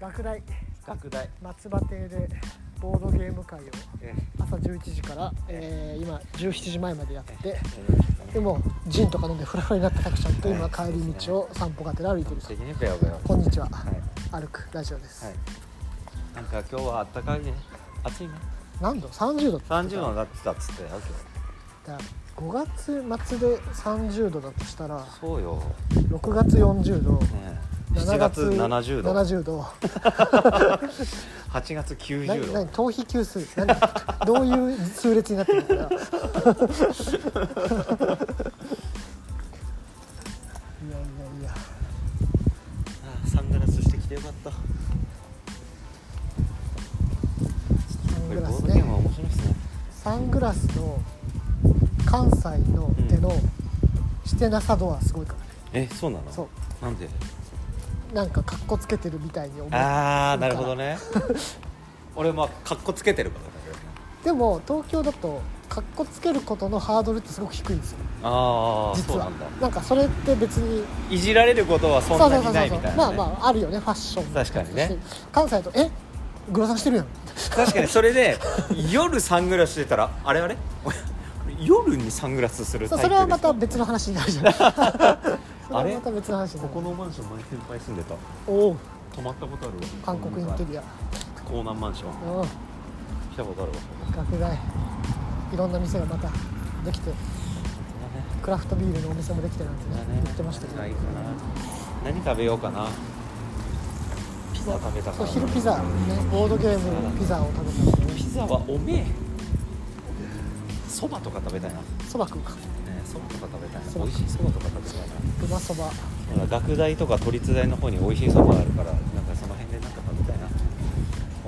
学大学大松葉亭でボードゲーム会をえ朝11時から、えー今17時前までやってえでもジンとか飲んでフラフラになったタクちゃんと今帰り道を散歩がてら歩いてる素敵ねペアペアこんにちははい歩くラジオです、はいなんか今日は暖かいね暑いね何度30度って言っ30てた度になってたっつってよだから5月末で30度だとしたら今日そうよ、 6月40度ねえ、7月70度70度8月な90何度頭皮級数何どういう数列になってる のかないやいやいやああサングラスしてきてよかったサンこグれラボスードゲねームは面白いですねサングラスの関西の手のしてなさ度はすごいからねえそうなのそなんでうなんかかっこつけてるみたいに思うああなるほ どね俺まあかっこつけてるからねでも東京だとかっこつけることのハードルってすごく低いんですよああ実そうはなんだなんかそれって別にいじられることはそんなにないみたいな、ね、まあまああるよねファッション確かにね関西だと「えグラサンしてるやん」確かにそれで夜サングラスしてたらあれあれ夜にサングラスするタそイうプそれはですまた別の話になるじゃ ないそれあはれまた別の話になこるこのマンション前先輩住んでたおお泊まったことあるわ韓国インテリア港南マンションうん来たことあるわ学外いろんな店がまたできてクラフトビールのお店もできてなんてね言ってましたけど何かな何食べようかなピザ食べたかそうら昼ピザねボードゲームのピザを食べたピザはおめえそばとか食べたいなそば食うかねそばとか食べたいなそば美味しいそばとか食べたいなうまそばほら学大とか都立大の方に美味しいそばあるからなんかその辺でなんか食べたいな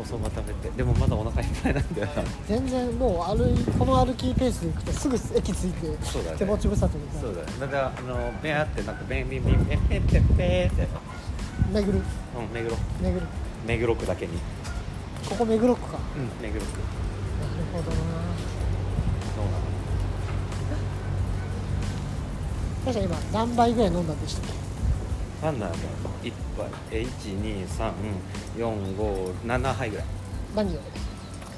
おそば食べてでもまだお腹いっぱいなんだよな全然もう歩いこの歩きペースで行くとすぐ駅着いてそうだね手持ち無沙汰になそうるだねまたあのペアってなんかベンビンビンペンペンペンペンって目黒うん目黒目黒目黒区だけにここ目黒区かうん目黒区なるほどなどうなの確か今何杯ぐらい飲んだんでしたっパンダの一杯え一二三四五七杯ぐらいけ何を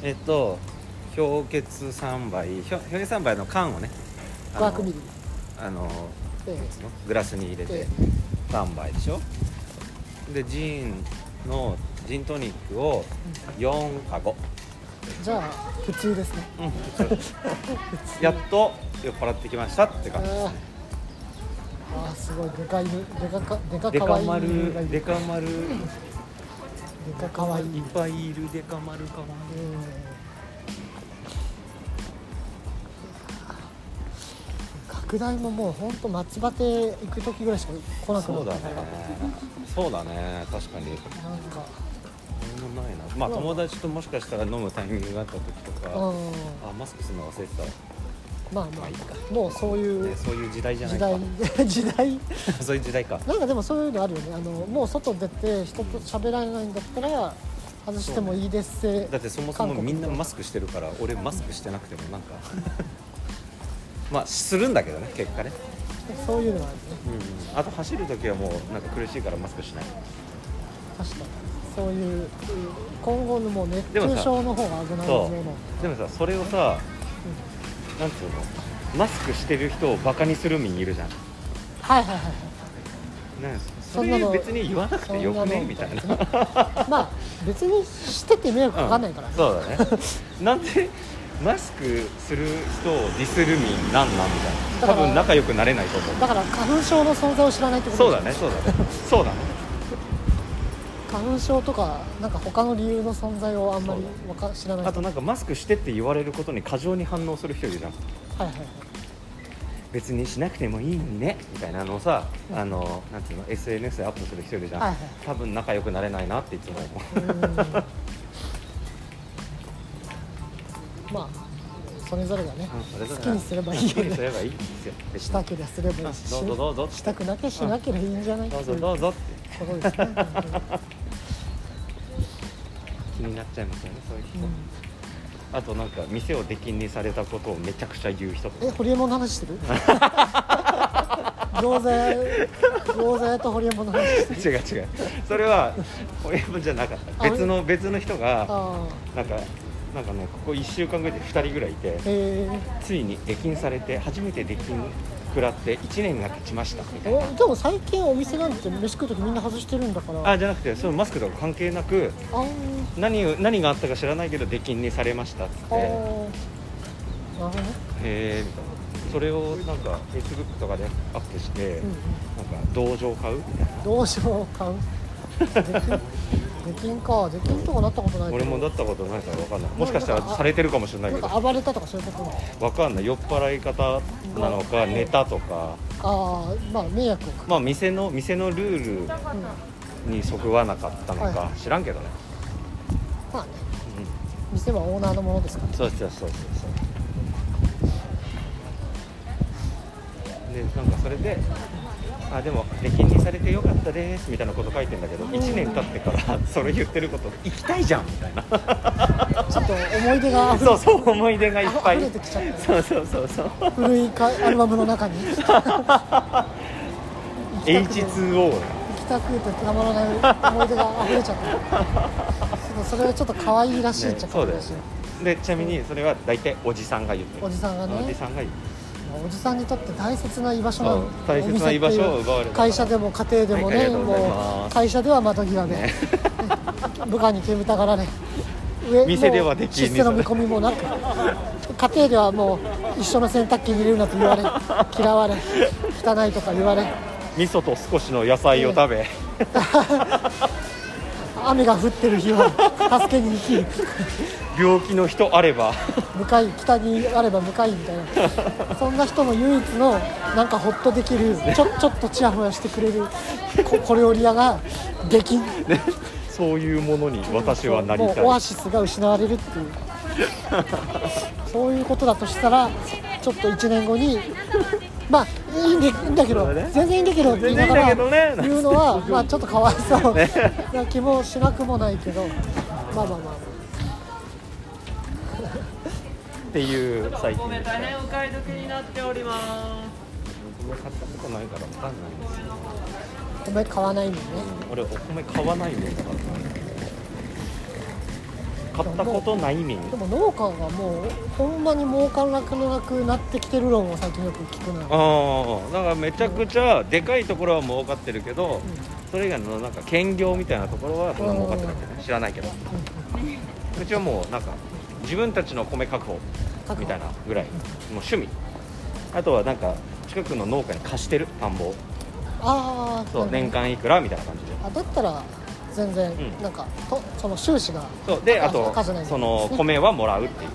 えっと氷結三杯ひょ氷結三杯の缶をねあのワークミルあのえグラスに入れてえ3杯でしょでジンのジントニックを4か5、えじゃあ普通ですねうん、やっと酔っ払ってきましたってあ感じーあーすごいでかい犬でかかでかデかわカいい丸犬がいるデでカ丸かかわいいっぱいいるデカ丸かわいい拡大ももう本当松葉亭行く時ぐらいしか来なくなそうっだたねからそうだね確かになんか何もないなまあ友達ともしかしたら飲むタイミングがあった時とかうんあマスクするの忘れてた、まあままあいいかあもうそういね、うそういう時代じゃな時いか代 時代 そういう時代かなんかでもそういうのあるよねあのもう外出て人と喋らないんだったら外してもいいですせだってそもそもみんなマスクしてるから俺マスクしてなくてもなんか まあするんだけどね結果ね、そういうのはあるねうん、あと走る時はもうなんか苦しいからマスクしない確かにそういううん今後のもう熱でも中さ症の方が危ないそよねうでもさそれをさなんつうのマスクしてる人をバカにする民いるじゃんはいはいはいはいねそそんなれの別に言わなくてよくねみ たいなそんのまあ別にしてて迷惑かかんないからね、そうだね なんでマスクする人をディスる民なんなんみただからいな多分仲良くなれないと思うだから花粉症の存在を知らないってことそうでだねそうだねそうだね花粉症とかなんか他の理由の存在をあんまりわか知らないあとなんかマスクしてって言われることに過剰に反応する人いるじゃんはいはいはい別にしなくてもいいのにねみたいなのをさあのなんていうの SNS でアップする人いるじゃん、はいはい多分仲良くなれないなっていつも思うーんまあそれぞれがねう好きにすればいいよ好きにすねればいいんですよ別にしたけりゃすればいいしどうぞどうぞしたくなきゃしなければいいんじゃないってどいううぞどうぞってところですね、本当に気になっちゃいますよねそういう人、うんあとなんか店 を出禁にされたことをめちゃくちゃ言う人とかえホリエモンの話してる餃子屋餃子屋とホリエモンの話して違う違うそれはホリエモンじゃなかったあ別の別の人がああなんかなんかねここ1週間ぐらいで2人ぐらいいてえついに出禁されて初めて出禁食らって1年が経ちましたみえたいなー、でも最近お店なんて飯食う時みんな外してるんだからあじゃなくてそのマスクとか関係なくあー何を何があったか知らないけど出禁にされましたっつってあーへなるほどねえみたいなそれをなんか Facebook とかでアップして、うんうんなんか同情買うみたいなどうしようかんできんできんかできんとかなったことないけ俺どもだったことないから分かんないもしかしたらされてるかもしれないなんけどか暴れたとかそういうこと分かんない酔っ払い方なのかネタとかああまあ迷惑をかまあ店の店のルールける、うん、まにそぐわなかったのかは知らんけどね、あね店はオーナーのものですからうん、そうそうそうそうそうでなんかそれで「あでも出禁にされてよかったです」みたいなこと書いてんだけど1年経ってからそれ言ってること行きたいじゃんみたいなちょっと思い出が溢れ そうそう思い出がいっぱい溢れてきちゃったそうそうそうそう古いかアルバムの中に行きたくて H2O 行きたくてたまらない思い出が溢れちゃったちょっとそれはちょっと可愛いらしいっちゃ可そう愛いだらよねしい、でちなみにそれは大体おじさんが言ってるおじさんがねおじさんが言っておじさんにとって大切な居場所なのそう大切な居場所を奪われた会社でも家庭でもはいあねりがとうございますもう会社では窓際で、ね部下に煙たがられ上店ではもうできん出世の見込みもなく家庭ではもう一緒の洗濯機に入れるなと言われ嫌われ汚いとか言われ味噌と少しの野菜を食べ、雨が降ってる日は助けに行き病気の人あれば向かい北にあれば向かいみたいなそんな人の唯一のなんかホッとできるちょちょっとちやほやしてくれるこ小料理屋ができんそういうものに私はなりもたうオアいシスが失われるっていう そういうことだとしたらちょっと1年後にまあいいんでいいんだけどそうだね全然いいんだけどって言いながら全然いいんだけどね言うのは、まあ、ちょっとかわいそうな気もしなくもないけどまあまあまあまあっていう最近お米です大ね変お買い得になっておりますお米買ったことないから分かんないんですよ米買わないもんね俺お米買わないもんだから買ったことないみんでも農家がもうほんまに儲からなくなくなってきてる論を最近よく聞くなああだからめちゃくちゃでかいところは儲かってるけど、それ以外のなんか兼業みたいなところはそんな儲かってないけどね知らないけどうちはもうなんか自分たちの米確保みたいなぐらいもう趣味あとはなんか近くの農家に貸してる田んぼをああそう年間いくらみたいな感じであだったら全うん然なんか、とその収支がそうであと赤字なんですそねの米はもらうっていう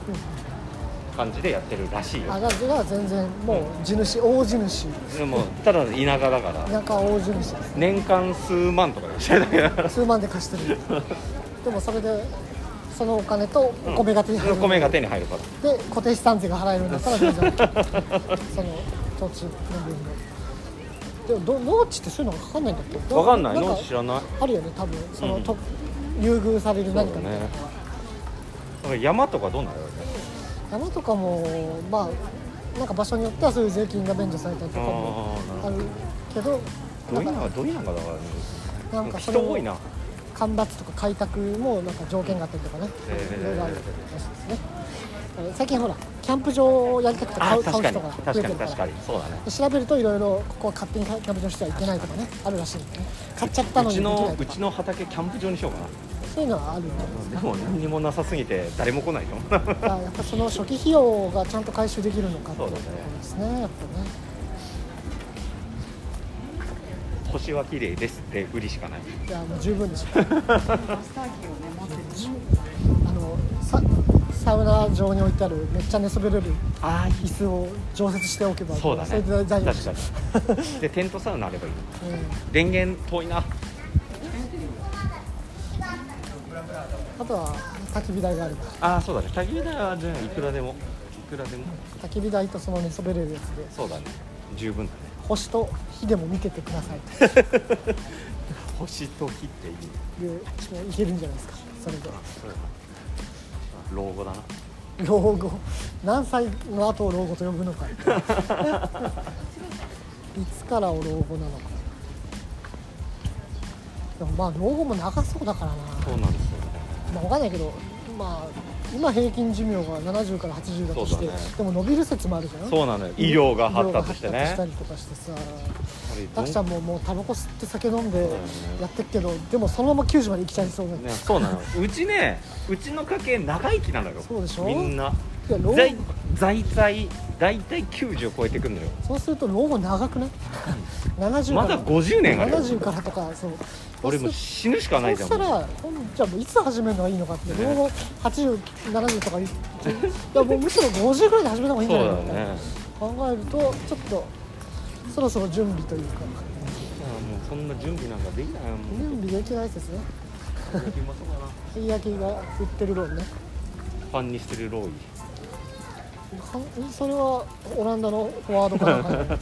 感じでやってるらしいよ赤字が全然もう地主大地主でもただ田舎だから田舎大地主です年間数万とかでしてるだけだから数万で貸してるでもそれでそのお金とお米が手に入る、米が手に入るからで固定資産税が払えるんだったら全然その土地の分のでもど農地ってそういうのがかかんないんだっけわかんないか農地知らないあるよね多分その、うんと優遇される何かそうみただねいなのは、だから山とかどうなるよね山とかもまあなんか場所によってはそういう税金が免除されたりとかもあーあるけどどいなんなかどいなんかだからねなんかそれ人を多いな干ばつとか開拓もなんか条件があったりとかねえーいろいろあるらしいですねえー最近ほらキャンプ場をやりたくて買あう買確う人かにが確増えてかにるか確からにそうだねで調べるといろいろここは勝手にキャンプ場してはいけないとかねあるらしいんでね買っちゃったのうにちできないのとうかちの畑キャンプ場にしようかそういうのはあるよねなでも何にもなさすぎて誰も来ないよ だからやっぱその初期費用がちゃんと回収できるのかっていうところですねやっぱね星は綺麗ですって売りしかないいやもう十分でしょあのササウナ上に置いてあるめっちゃ寝そべれるああい椅子を常設しておけばそうだねれで大丈夫確かにでテントサウナあればいいうん電源遠いなあとは焚き火台があればああそうだね焚き火台はじゃあいくらでもいくらでも焚き火台とその寝そべれるやつでそうだね十分だね星と火でも見ててください星と火っていいねというもういけるんじゃないですかそれでそうだな老後だな老 後何歳の後を老後と呼ぶのかいつからを老後なのかでもまあ老後も長そうだからなそうなんですよねまあ、わかんないけど、まあ、今平均寿命が70から80だとして、そうだねでも伸びる説もあるじゃんそうなのよ医療が発達して医療が発達したねりとかしてさやたっぱくりちゃんももうタバコ吸って酒飲んでだよねやってるけど、でもそのまま90まで生きちゃいそうな、ね、そうなのうちねうちの家系長生きなのよそうでしょみんないや老後在在在大体90を超えてくんのよそうすると老後長くない70 まからだ50年あるよ70からとかそう俺もうそ死ぬしかないじそゃうんしたらほんじゃあもういつ始めるのがいいのかって、ね老後8070とか言っていやもうむしろ50ぐらいで始めた方がいいんそじゃうないのみただよいなね考えるとちょっとそろそろ準備というかいやもうそんな準備なんかできないよも準備できないですねう焼きもそうかなすき焼きが売ってるローンねパンにしてるローイはそれはオランダのフォワードかなんか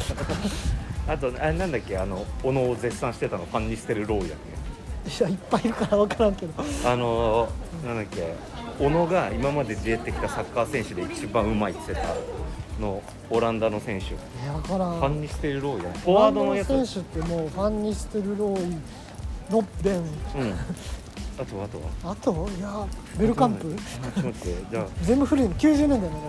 あとあれなんだっけあの小野を絶賛してたのパンにしてるローイだっいやいっぱいいるから分からんけどけあのーなんだっけ小野が今まで出てきたサッカー選手で一番うまいって言ってたのオランダの選手いや分からんファンにしてるローイやフォワードのやつ、オうランん、ダあ選手ってもうファンにしてるローイノッペンとあとはあといやベルカンプあちょっと待ってじゃ全部古いの90年代なんだよ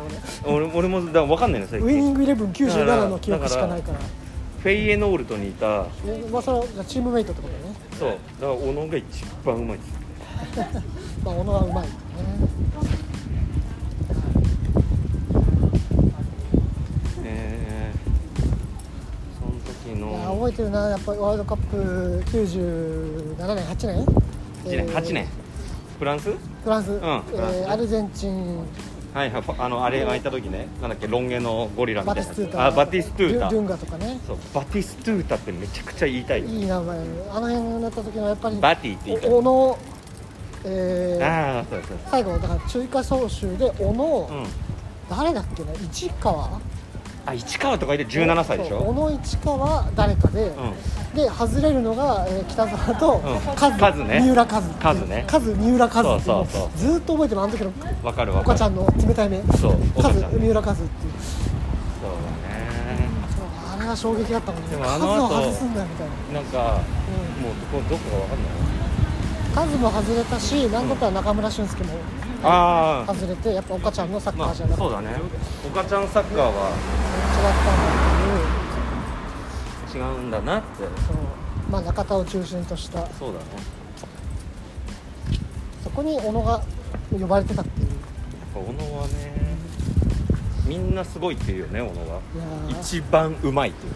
あ俺俺もだわかんないの最俺ウイニン近グイレブン97の記憶しかないからフェイエノールトにいたえまあそれはじゃあチームメイトってことだねそうだから小野が一番うまいですまあ、小野はうまいね。えー、その時いやの覚えてるな、やっぱりワールドカップ97年、8年1年8年、フランスフランス、えフランスねーアルゼンチン、はいはいあのあれがいた時ねなんだっけロン毛のゴリラみバたテいィストゥなやつータ、あバティストゥータルルンガとかね、そうバティストゥータってめちゃくちゃ言いたいよいい名前、あの辺になった時のやっぱり、バティって言いたいお小野、えーああそうそう最後、だから中華総集で、小野、そううん誰だっけな、市川あ市川とかいて17歳でしそう小ょ野市川、誰かで、うんで、外れるのが、えー北沢と、んカズカズね三浦カズ、カズねカズ三浦カズっていそうそうそうずーっと覚えてる、あの時の。わかるわ岡かるちゃんの冷たい目そうカ岡ズちゃんね三浦カズっていうそうだねあれは衝撃だったもんねでもカあズのを後外すんだみたいな、なんかうもうどこどこかわかんないん、カズも外れたしなんだったら中村俊輔もああ外れてやっぱ岡ちゃんのサッカまあーじゃなくてそうだね岡ちゃんサッカーは違違うんだなってったんだけどそうまあ中田を中心としたそうだねそこに小野が呼ばれてたっていうやっぱ小野はねみんなすごいっていうよね小野がいやー一番うまいっていう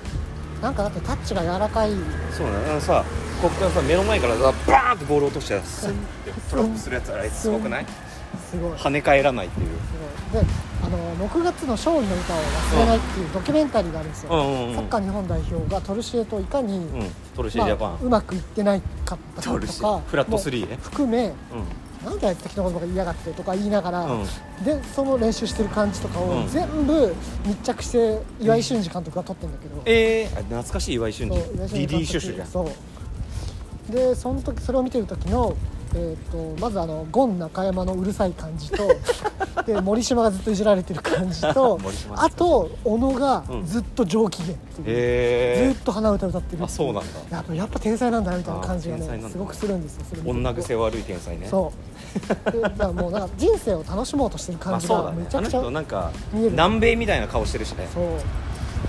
なんかだってタッチが柔らかいそうだねあのさこっからさ目の前からさバーンってボール落としてらスンってトラップするやつあれすごくないすごい跳ね返らないっていうすごいであの6月の勝利の歌を忘れないっていうドキュメンタリーがあるんですよ、うんうんうんサッカー日本代表がトルシエといかに、うんトルシエまジあャパン、うまくいってないかったトルとシかエフラットも3ねう含めうなんであいつ適当なことが言いやがってとか言いながら、んうんでその練習してる感じとかうをん全部密着して岩井俊二監督が撮ってるんだけど、えー、あ懐かしい岩井俊二そう岩井俊二監督 DD シュシュじゃんそうでその時それを見てる時のえー、とまずあのゴン中山のうるさい感じ とで森島がずっといじられてる感じと森島あと小野がうんずっと上機嫌っていう、えずっと鼻歌歌ってるあそうなんだやっぱやっぱ天才なんだなみたいな感じがあー天才ねなんだすごくするんですよそれー、見て女癖悪い天才ねそうでだからもうなんか人生を楽しもうとしてるま感あじそうがだめねちあゃのくちゃ、人なんか見える南米みたいな顔してるしねそう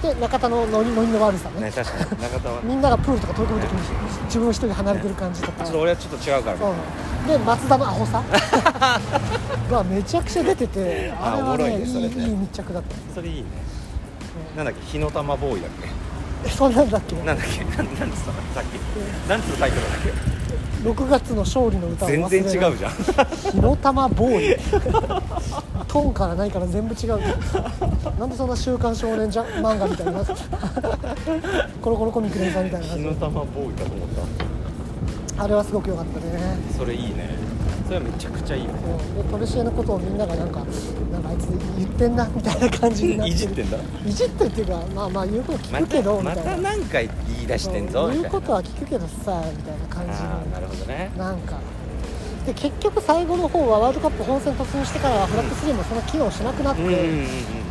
で中田のノリノリの悪さねね確かに中田 はちみんながプールとか取り組む時に自分一人離れてる感じとか、ょっそとう俺はちょっと違うからみたいなで松田のアホ さがめちゃくちゃ出ててあれあおはもろいねねいそいれねいい密着だったんですそれいいねなんだっけ火の玉ボーイだっえそんなんだっけけなんだっけなんなんつったのさっきなんつうタイトルだっ6月の勝利の歌をけ全忘れ然ない違うじゃん火の玉ボーイトーンからないから全部違うなんでそんな「週刊少年じゃ漫画みたいなコロコロコミック連載みたいな火感の玉ボーイだと思っじあれはすごく良かったねたそれいいねそれはめちゃくちゃいいよねそうでトルシエのことをみんながなんかなんかあいつ言ってんなみた いな感じになっていじってんだいじってるっていうかまあまあ言うこと聞まくけたどみまたたいな何回言い出してんぞそうみ言うたいなことは聞くけどさみたいな感じああなのるほどねなんかで結局最後の方はワールドカップ本戦突入してからはフラッグ3もそんな機能しなくなって、うんうんうんうん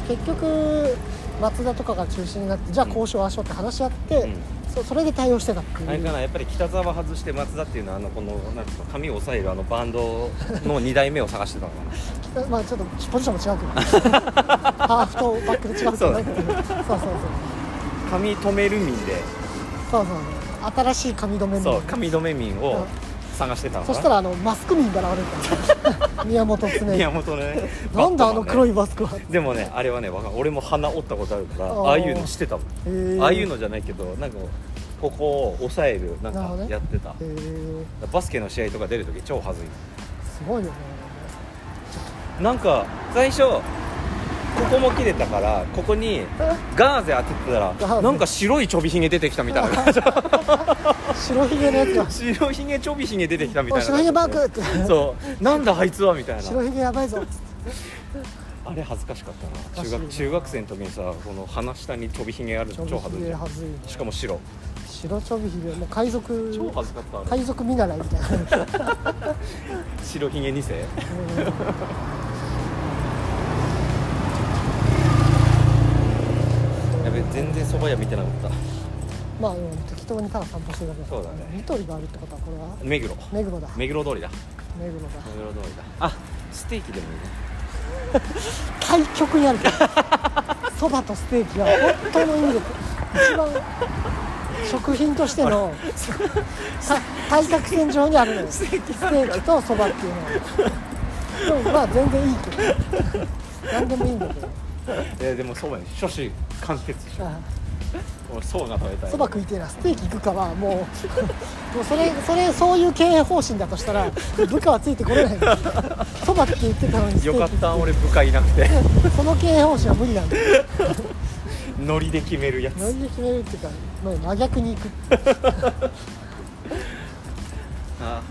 結局松田とかが中心になってじゃあこうしようああしようって話し合って、うんそそれで対応してたっていうあれかなやっぱり北沢外して松田っていうのはあのこのなんていうの髪を押さえるあのバンドの2代目を探してたのかなまあちょっとポジション も違うけどハーフとバックで違うけどねっていうそうそうそう髪留める民でそうそうそう新しい髪留めそのう髪留め民を探してたのかそなしたらあのマスク民が現れたの宮本常宮本のね なんだあの黒いいマスクは へでもねあれはねわかる俺も鼻折ったことあるからあーああいうのしてたもんーああいうのじゃないけどなんかここを押さえるなんなるほどかねやってた、へーバスケの試合とか出るとき超はずいすごいよねなんか最初ここも切れたからこ こにガーゼ当ててたガーらゼなんか白いちょびひげ出てきた みたいな感じ白ひげのやつが 白ひげちょびひげ出てきたみたおいな白ひげバークってそうなんだあいつはみたい白なひげやばいぞっつってあれ恥ずかしかったな恥中ずかしいな学中学生の時にさこの鼻下にちょびひげあるちょのび超はずひいげじゃんはずいねしかも白白ちょびひげもう海賊超恥ずかったあれ海賊見習いみ たいなうん白ひげ2世 やべ全然そば屋見てなかったまあでも適当にただ散歩してるだけそうだねニトリがあるってことはこれは目黒目黒だ 目黒通りだ目黒だ目黒通りだあステーキでもいいね対極にあるけどそばとステーキは本当の意味で一番食品としてのた対角線上にあるのよス テーキとそばっていうのはでもまあ全然いいけど何でもいいんだけどえーでもそばに初心完結しょあ俺そばが食べたいそば食いてえなステーキ行くかはもうもうそれそれそういう経営方針だとしたら部下はついてこれないそばって言ってたのにステよかーっキた俺部下いなく てその経営方針は無理なんだよノリで決めるやノつリで決めるっていうかもう真逆に行くあ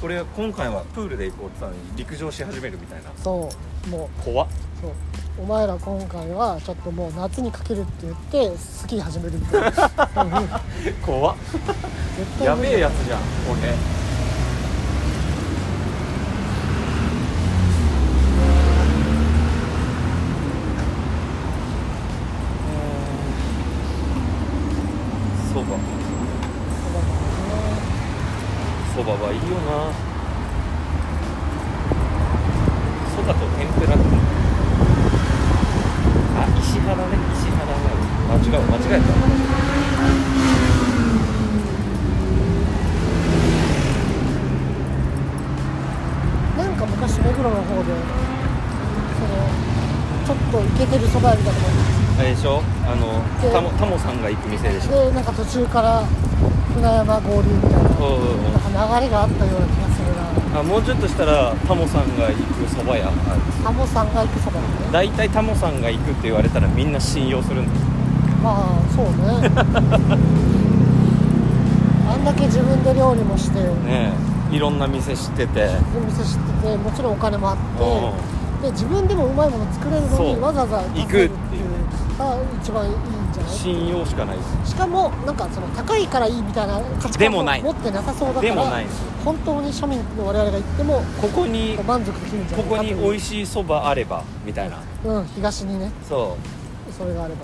これ今回はプールで行こうって言ったのに陸上し始めるみたいなそうも怖っうそうお前ら今回はちょっともう夏にかけるって言ってスキー始めるってうん絶怖っ対や無理べえやつじゃん俺そばそばはいいよなそばと天ぷらあ石原ね石原な間違う間違えたなんか昔目黒の方でそのちょっとイケてるそば屋みたいなとこあれでしょあのでタモタモさんが行く店でしょにでなんか途中から船山合流みたいななんうんうんうんか流れがあったような気がするなあもうちょっとしたらタモさんが行くそば屋あるんですよタモさんが行くそばだね大体タモさんが行くって言われたらみんな信用するんですまあそうねあんだけ自分で料理もしてねえいろんな店知っててお店知っててもちろんお金もあってで自分でもうまいもの作れるのそにうわざわざ行くっていうが一番いいんじゃない信用しかないですしかもなんかその高いからいいみたいな価値で観ももない持ってなさそうだからでもないです本当に庶民の我々が行ってもここに満足できるんじゃなこいこかといにう美味しいそばあればみたいなうん東にねそそれがあれば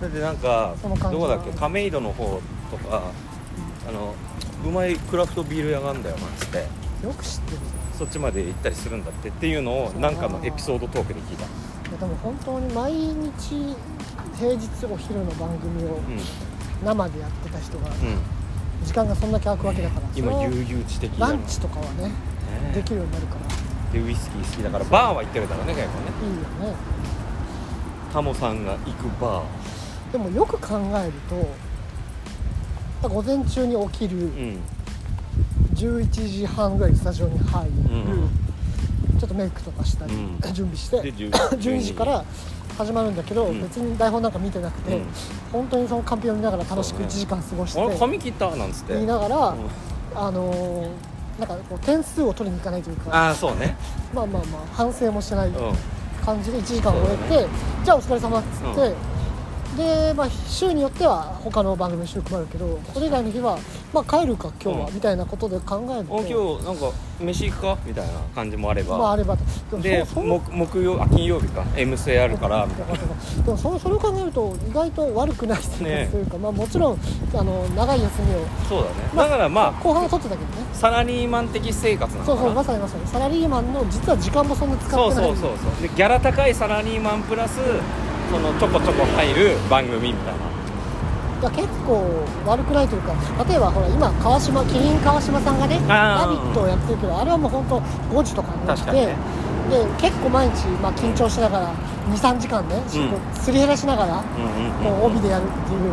みたいなうだってなんかその感じどはこだっけ亀戸の方とかあのうまいクラフトビール屋があんだよなんつってよく知ってるそっちまで行ったりするんだってっていうのをなんかのエピソードトークで聞いたいやでも本当に毎日平日お昼の番組をうん生でやってた人がうん時間がそんだけ空くわけだから今それを悠々自適だラなンチとかはねねできるようになるからでウイスキー好きだからバーは行ってるだろうね結構ねいいよねタモさんが行くバーでもよく考えると午前中に起きるうん11時半ぐらいにスタジオに入る、うちょっとメイクとかしたり、うん準備してで10 12時から始まるんだけど、うん別に台本なんか見てなくて、うん本当にそのカンペを見ながら楽しそうくね1時間過ごして、あれ髪切ったなんつって言いながら、うんあのーなんかこう点数を取りに行かないというかああそうねまあまあまあ反省もしてないうん感じで1時間終えそうて、じゃあお疲れ様っつって、うんで、まあ、週によっては他の番組の収録もあるけどそれ以外の日は、まあ、帰るか今日は、うんみたいなことで考えるおと今日なんか飯行くかみたいな感じもあれば、まああればでそそ木木曜あ金曜日か M 制あるからみたいな でもそそれを考えると意外と悪くない生活というか、まあ、もちろんあの長い休みをそうだね、まあだからま後半は取ってたけどねあサラリーマン的生活なのかそなうそうまさにまさにサラリーマンの実は時間もそんな使ってなそいうそうそうそうでギャラ高いサラリーマンプラスそのちょこちょこ入る番組みたいだなから結構悪くないというか例えばほら今川島キリン川島さんがね「あラービット!」をやってるけどあれはもう本当5時とかに起きて、確かにねで結構毎日、まあ、緊張しながら23時間ね、うすり減らしながら、うんうん、こう帯でやるっていう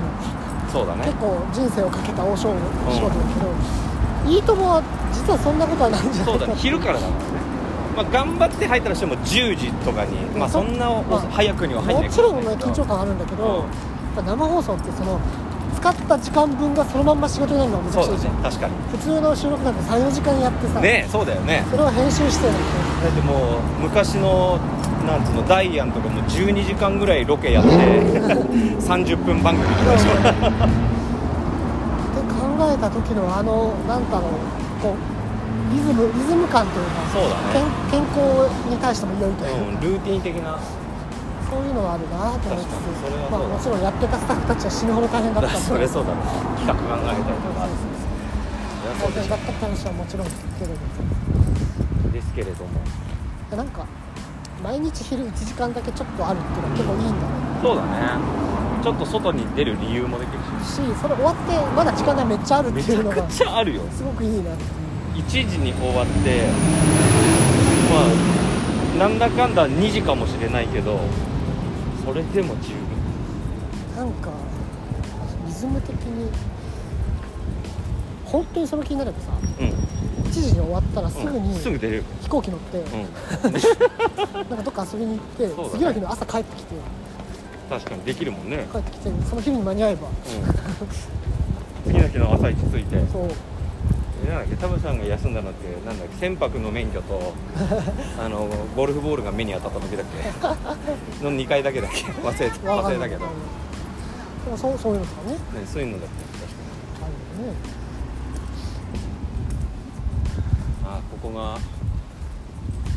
そうだね結構人生をかけた大勝負の仕事だけど、いいともは実はそんなことはないんじゃなそいうだかね昼からだからね、まあ、頑張って入ったらしても10時とかに、まあ、そんなおまあ早くには入ってもちろんね緊張感感あるんだけど、うんやっぱ生放送ってその使った時間分がそのまんま仕事になるのがめちゃそくちゃいういじゃんだね確かに普通の収録なんて34時間やってさ、ねそうだよねそれを編集してるんだってもう昔のなんつうのダイアンとかも12時間ぐらいロケやって 30分番組とかでしょだよねって考えた時のあのなんだろうこうリズムリズム感というかそうだね、健健康に対しても良いという、うん、ルーティン的なそういうのはあるなと思いつつ確かにそれはそうまだあ、もちろんやってたスタッフたちは死ぬほど大変だったんでそれそうだね企画考えたりとかそりゃそ大うで変しだったって話はもちろん聞くけれどょですけれどもでなんか毎日昼1時間だけちょっとあるっていうのは結構いいんだねそうだねちょっと外に出る理由もできるししそれ終わってまだ時間がめっちゃあるってめいちうゃのがくちゃあるよすごくいいなっていう1時に終わってまあなんだかんだ2時かもしれないけどそれでも十分なんかリズム的に本当にその気になればさうん1時に終わったらすぐうん、にすぐ出れる、飛行機乗って、うん、なんかどっか遊びに行って、そうだね次の日の朝帰ってきて確かにできるもんね、帰ってきてその日に間に合えばうん、次の日の朝一着いてそうえなんだっけ田淵さんが休んだのってなんだっけ船舶の免 許とあのゴルフボールが目に当たった時だっけの2回だけだっけ忘れたわ忘かれんなたいけど、ね、でもそうそういうのとかねそういうのだった確かにあるよねあここが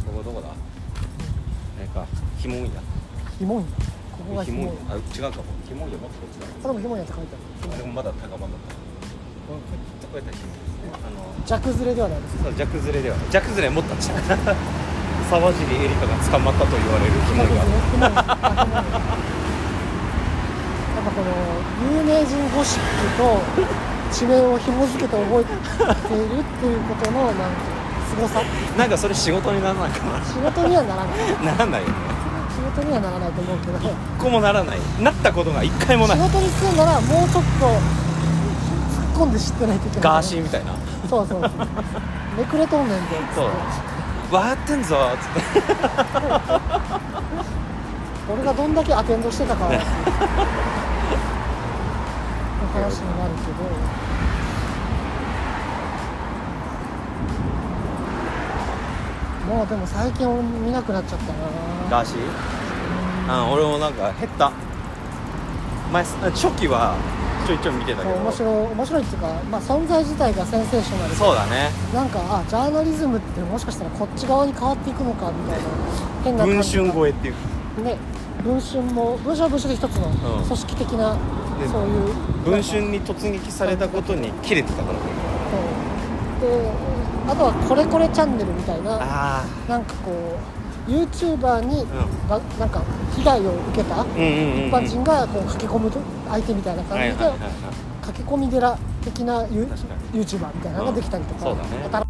ここどこだなんかひもいだひもいなここがひひもいもいなあ違うかもひもいよもっとこっちだあでもひもいなって書いてあれもまだ高まだったこうこうやったらひもいですねあのある弱ずれではないですそう弱ズレではない弱ズレもったち 沢尻エリカが捕まったと言われる ひひももいなねがひもいなやっぱこの有名人ゴシップと地名を紐付けて覚えているっていうことのなんか凄さなんかそれ仕事にならないかな仕事にはならないならないよね仕事にはならないと思うけど仕ここもならないなったことが一回もない事にするならもうちょっと突っ込んで知ってないといけないガーシーみたいなそうそうそうめくれとんねんでそう笑ってんぞーっつって俺がどんだけアテンドしてたかっていう話になるけどもうでも最近俺見なくなっちゃったなガーシーあ俺もなんか減った前初期はちょいちょい見てたけそどう面白い面白いっていうか、まあ、存在自体がセンセーショナルでそうだねなんかあジャーナリズムってもしかしたらこっち側に変わっていくのかみたいな変な文感じ春超えっていうね文春も文春は文春で一つのん組織的な、でそういう文春に突撃されたことに切れてたからねそうであとは「これこれチャンネル」みたいなあなんかこう YouTuber に、んばなんか被害を受けたあうんうんうん、うん、一般人がこう駆け込むと相手みたいな感じではいはいはいはい駆け込み寺的なユ確かー YouTuber みたいなのができたりとか、うんそうだね新